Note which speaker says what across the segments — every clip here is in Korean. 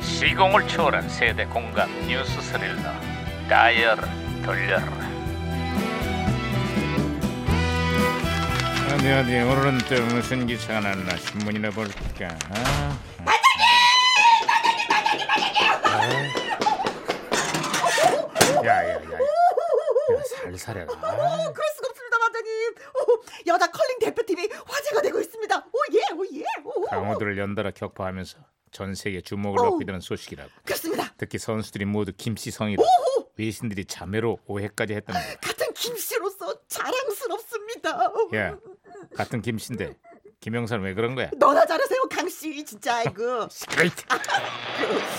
Speaker 1: 시공을 초월한 세대 공감 뉴스 스릴러 다이얼 돌려라
Speaker 2: 어디 어디 오늘은 또 무슨 기사가 났나 신문이나 볼까 아, 야야야 살살해라
Speaker 3: 어, 그럴 수가 없습니다, 반장님. 어, 여자 컬링 대표팀이 화제가 되고 있습니다. 오 예, 오 예. 오,
Speaker 2: 강호들을 연달아 격파하면서 전 세계 주목을
Speaker 3: 어우.
Speaker 2: 얻게 되는 소식이라고
Speaker 3: 그렇습니다.
Speaker 2: 특히 선수들이 모두 김씨성이라
Speaker 3: 오호,
Speaker 2: 외신들이 자매로 오해까지 했다는 거야
Speaker 3: 같은 김씨로서 자랑스럽습니다.
Speaker 2: 야 같은 김씨인데 김영선 왜 그런 거야
Speaker 3: 너나 잘하세요, 강씨. 진짜 아이고.
Speaker 2: 시끄러이트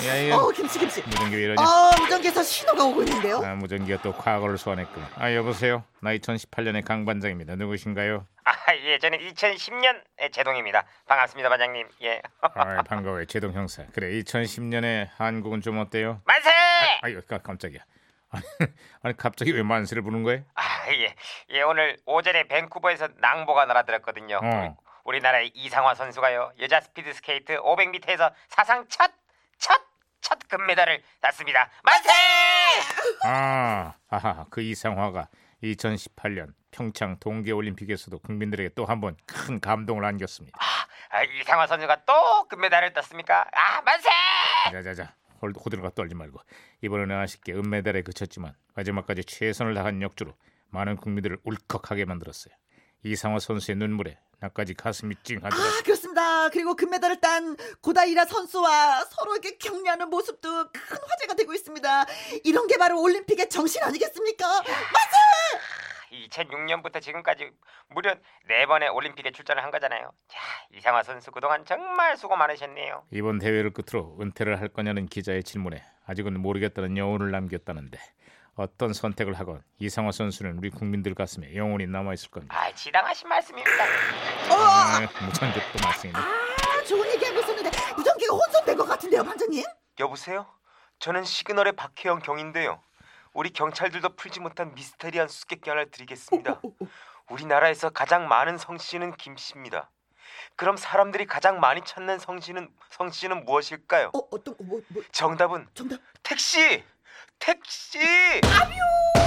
Speaker 2: 야
Speaker 3: 어,
Speaker 2: 이거
Speaker 3: 김씨, 김씨.
Speaker 2: 무전기 왜 이러냐
Speaker 3: 아, 무전기에서 신호가 오고 있는데요.
Speaker 2: 예. 아, 무전기가 또 과거를 소환했구나. 아 여보세요. 나 2018년의 강 반장입니다. 누구신가요?
Speaker 4: 아, 예, 저는 2010년 제동입니다. 반갑습니다, 반장님. 예.
Speaker 2: 아 반가워요. 제동 형사. 그래 2010년에 한국은 좀 어때요?
Speaker 4: 만세!
Speaker 2: 아유 깜- 깜짝이야. 아니, 아니 갑자기 왜 만세를 부는 거예요?
Speaker 4: 아, 예. 예, 오늘 오전에 밴쿠버에서 낭보가 날아들었거든요.
Speaker 2: 어.
Speaker 4: 우리나라의 이상화 선수가요. 여자 스피드 스케이트 500m에서 사상 첫, 첫, 첫 금메달을 땄습니다. 만세!
Speaker 2: 아 아하 그 이상화가 2018년 평창 동계올림픽에서도 국민들에게 또 한 번 큰 감동을 안겼습니다.
Speaker 4: 아, 이상화 선수가 또 금메달을 땄습니까? 아, 만세!
Speaker 2: 자자자 홀- 호들갑 떨지 말고 이번에는 아쉽게 은메달에 그쳤지만 마지막까지 최선을 다한 역주로 많은 국민들을 울컥하게 만들었어요. 이상화 선수의 눈물에 나까지 가슴이 찡하더라.
Speaker 3: 아, 그렇습니다. 그리고 금메달을 딴 고다이라 선수와 서로에게 격려하는 모습도 큰 화제가 되고 있습니다. 이런 게 바로 올림픽의 정신 아니겠습니까?
Speaker 4: 2006년부터 지금까지 무려 네번의 올림픽에 출전을 한 거잖아요. 야, 이상화 선수 그동안 정말 수고 많으셨네요.
Speaker 2: 이번 대회를 끝으로 은퇴를 할 거냐는 기자의 질문에 아직은 모르겠다는 여운을 남겼다는데 어떤 선택을 하건 이상화 선수는 우리 국민들 가슴에 영원히 남아 있을 겁니다.
Speaker 4: 아 지당하신 말씀입니다.
Speaker 3: 어,
Speaker 2: 아, 무전기 또 말씀이네.
Speaker 3: 아, 좋은 얘기하고 있었는데 무전기가 혼선된 것 같은데요, 반장님?
Speaker 4: 여보세요? 저는 시그널의 박혜영 경인데요. 우리 경찰들도 풀지 못한 미스테리한 수수께끼 하나를
Speaker 3: 어,
Speaker 4: 드리겠습니다. 우리나라에서 가장 많은 성씨는 김씨입니다. 그럼 사람들이 가장 많이 찾는 성씨는 성씨는 무엇일까요?
Speaker 3: 어, 어떤 뭐, 뭐
Speaker 4: 정답은
Speaker 3: 정답?
Speaker 4: 택시. 택시.
Speaker 3: 어,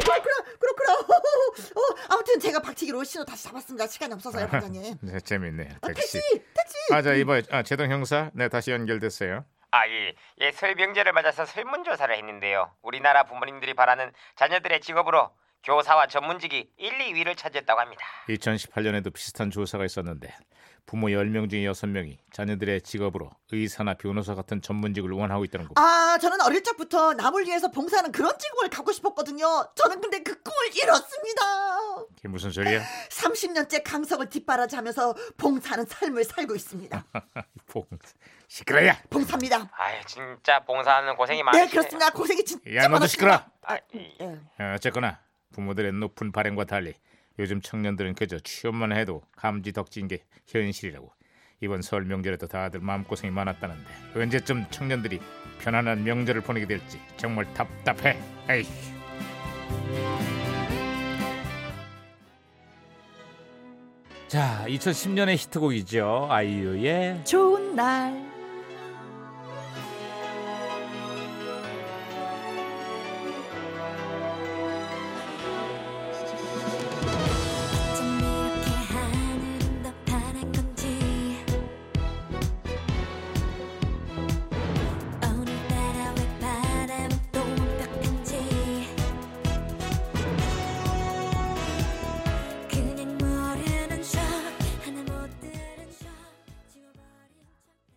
Speaker 3: 그렇구나, 그렇구나. 어, 아무튼 제가 박치기로 신호 다시 잡았습니다. 시간이 없어서요, 반장님.
Speaker 2: 네, 재밌네.
Speaker 3: 아, 택시,
Speaker 2: 택시.
Speaker 3: 택시.
Speaker 2: 아자 이번 아, 제동 형사, 네 다시 연결됐어요.
Speaker 4: 아 예. 예, 설 명절을 맞아서 설문조사를 했는데요. 우리나라 부모님들이 바라는 자녀들의 직업으로 교사와 전문직이 1, 2위를 차지했다고 합니다.
Speaker 2: 2018년에도 비슷한 조사가 있었는데 부모 10명 중에 6명이 자녀들의 직업으로 의사나 변호사 같은 전문직을 원하고 있다는 거.
Speaker 3: 아, 저는 어릴 적부터 남을 위해서 봉사하는 그런 직업을 갖고 싶었거든요. 저는 근데 그 꿈을 잃었습니다. 아.
Speaker 2: 이게 무슨 소리야?
Speaker 3: 30년째 강성을 뒷바라지하면서 봉사하는 삶을 살고 있습니다.
Speaker 2: 봉 시끄러야.
Speaker 3: 봉사입니다.
Speaker 4: 아유 진짜 봉사하는 고생이 많으시네요.
Speaker 3: 네, 그렇습니다. 고생이 진짜
Speaker 2: 야 너도
Speaker 3: 많았습니다.
Speaker 2: 시끄러.
Speaker 4: 아, 이-
Speaker 3: 예.
Speaker 2: 어, 어쨌거나 부모들의 높은 바램과 달리 요즘 청년들은 그저 취업만 해도 감지덕지인 게 현실이라고. 이번 설 명절에도 다들 마음고생이 많았다는데 언제쯤 청년들이 편안한 명절을 보내게 될지 정말 답답해. 에이.
Speaker 5: 자, 2010년의 히트곡이죠. 아이유의
Speaker 6: 좋은 날